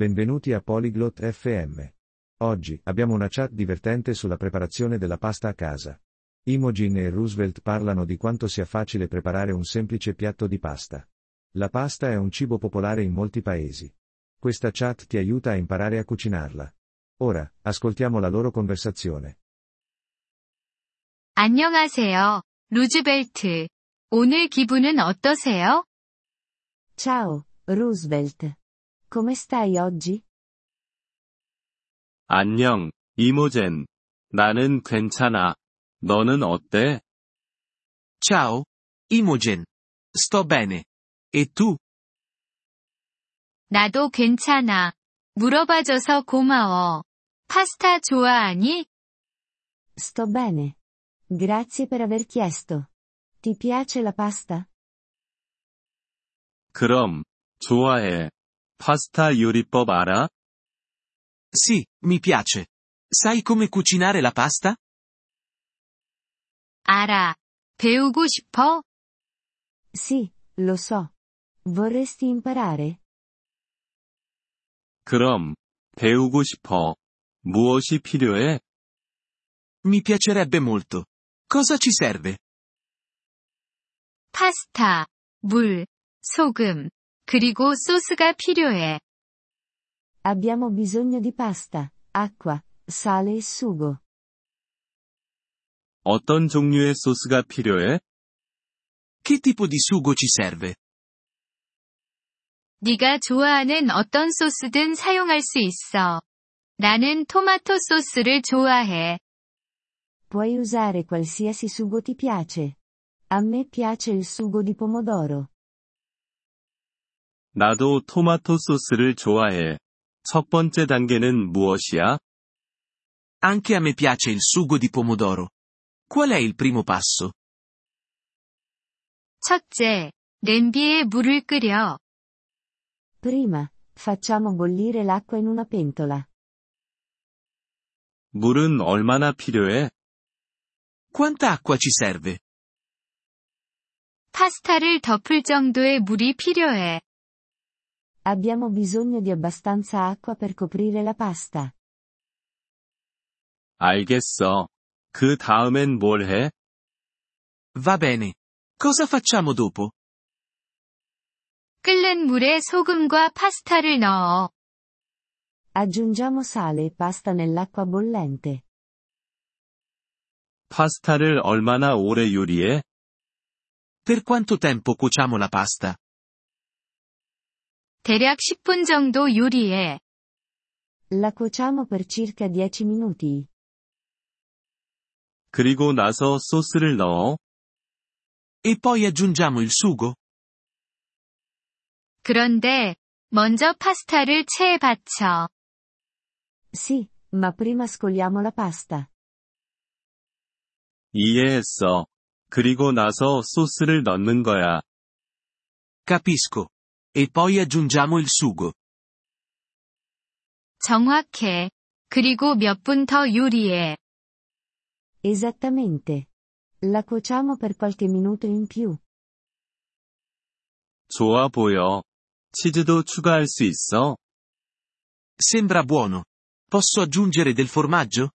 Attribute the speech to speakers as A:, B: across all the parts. A: Benvenuti a Polyglot FM. Oggi abbiamo una chat divertente sulla preparazione della pasta a casa. Imogen e Roosevelt parlano di quanto sia facile preparare un semplice piatto di pasta. La pasta è un cibo popolare in molti paesi. Questa chat ti aiuta a imparare a cucinarla. Ora, ascoltiamo la loro conversazione.
B: 안녕하세요, 루즈벨트. 오늘 기분은 어떠세요?
C: Ciao, Roosevelt. Come stai oggi?
D: 안녕, 이모젠. 나는 괜찮아. 너는 어때?
E: Ciao, Imogen. Sto bene. E tu?
B: 나도 괜찮아. 물어봐줘서 고마워. 파스타 좋아하니?
C: Sto bene. Grazie per aver chiesto. Ti piace la pasta?
D: 그럼, 좋아해. 파스타 요리법 알아?
E: Sì, mi piace. Sai come cucinare la pasta?
B: 알아. 배우고 싶어?
C: Sì, lo so. Vorresti imparare?
D: 그럼, 배우고 싶어. 무엇이 필요해?
E: Mi piacerebbe molto. Cosa ci serve?
B: 파스타, 물, 소금, 그리고 소스가 필요해.
C: Abbiamo bisogno di pasta, acqua, sale e sugo.
D: 어떤 종류의 소스가 필요해?
E: Che tipo di sugo ci serve?
B: 네가 좋아하는 어떤 소스든 사용할 수 있어. 나는 토마토 소스를 좋아해.
C: Puoi usare qualsiasi sugo ti piace. A me piace il sugo di pomodoro.
D: 나도 토마토 소스를 좋아해. 첫 번째 단계는 무엇이야?
E: Anche a me piace il sugo di pomodoro. Qual è il primo passo?
B: 첫째, 냄비에 물을 끓여.
C: Prima, facciamo bollire l'acqua in una pentola.
D: 물은 얼마나 필요해?
E: Quanta acqua ci serve?
B: 파스타를 덮을 정도의 물이 필요해.
C: Abbiamo bisogno di abbastanza acqua per coprire la pasta.
D: 알겠어. 그 다음엔 뭘 해?
E: Va bene. Cosa facciamo dopo?
B: 끓는 물에 소금과 파스타를 넣어.
C: Aggiungiamo sale e pasta nell'acqua bollente.
D: 파스타를 얼마나 오래 요리해?
E: Per quanto tempo cuociamo la pasta?
B: 대략 10분 정도 요리해.
C: La cuociamo per circa 10 minuti.
D: 그리고 나서 소스를 넣어?
E: E poi aggiungiamo il sugo?
B: 그런데, 먼저 파스타를 체에 받쳐.
C: Sì, ma prima scoliamo la pasta.
D: 이해했어. 그리고 나서 소스를 넣는 거야.
E: Capisco. E poi aggiungiamo il sugo.
B: 정확해. 그리고 몇 분 더 요리해.
C: Esattamente. La cuociamo per qualche minuto in più.
D: 좋아 보여. 치즈도 추가할 수 있어?
E: Sembra buono. Posso aggiungere del formaggio?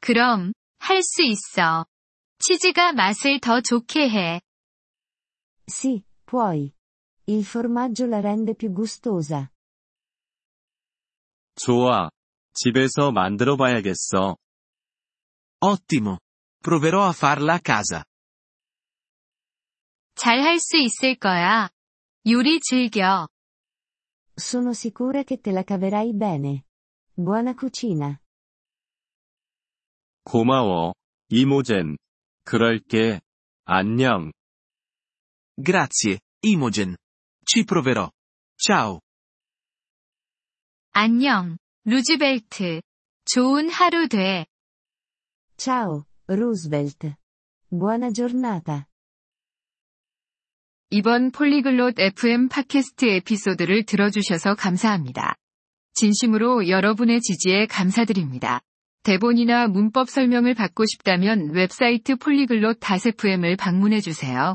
B: 그럼, 할 수 있어. 치즈가 맛을 더 좋게 해.
C: Sì, puoi. Il formaggio la rende più gustosa.
D: 좋아. 집에서 만들어 봐야겠어.
E: Ottimo. Proverò a farla a casa.
B: 잘 할 수 있을 거야. 요리 즐겨.
C: Sono sicura che te la caverai bene. Buona cucina.
D: 고마워. 이모젠. 그럴게. 안녕.
E: Grazie, Imogen. Ci proverò. Ciao.
B: 안녕, 루즈벨트. 좋은 하루 돼.
C: Ciao, Roosevelt. Buona giornata.
F: 이번 폴리글롯 FM 팟캐스트 에피소드를 들어주셔서 감사합니다. 진심으로 여러분의 지지에 감사드립니다. 대본이나 문법 설명을 받고 싶다면 웹사이트 폴리글롯 FM을 방문해주세요.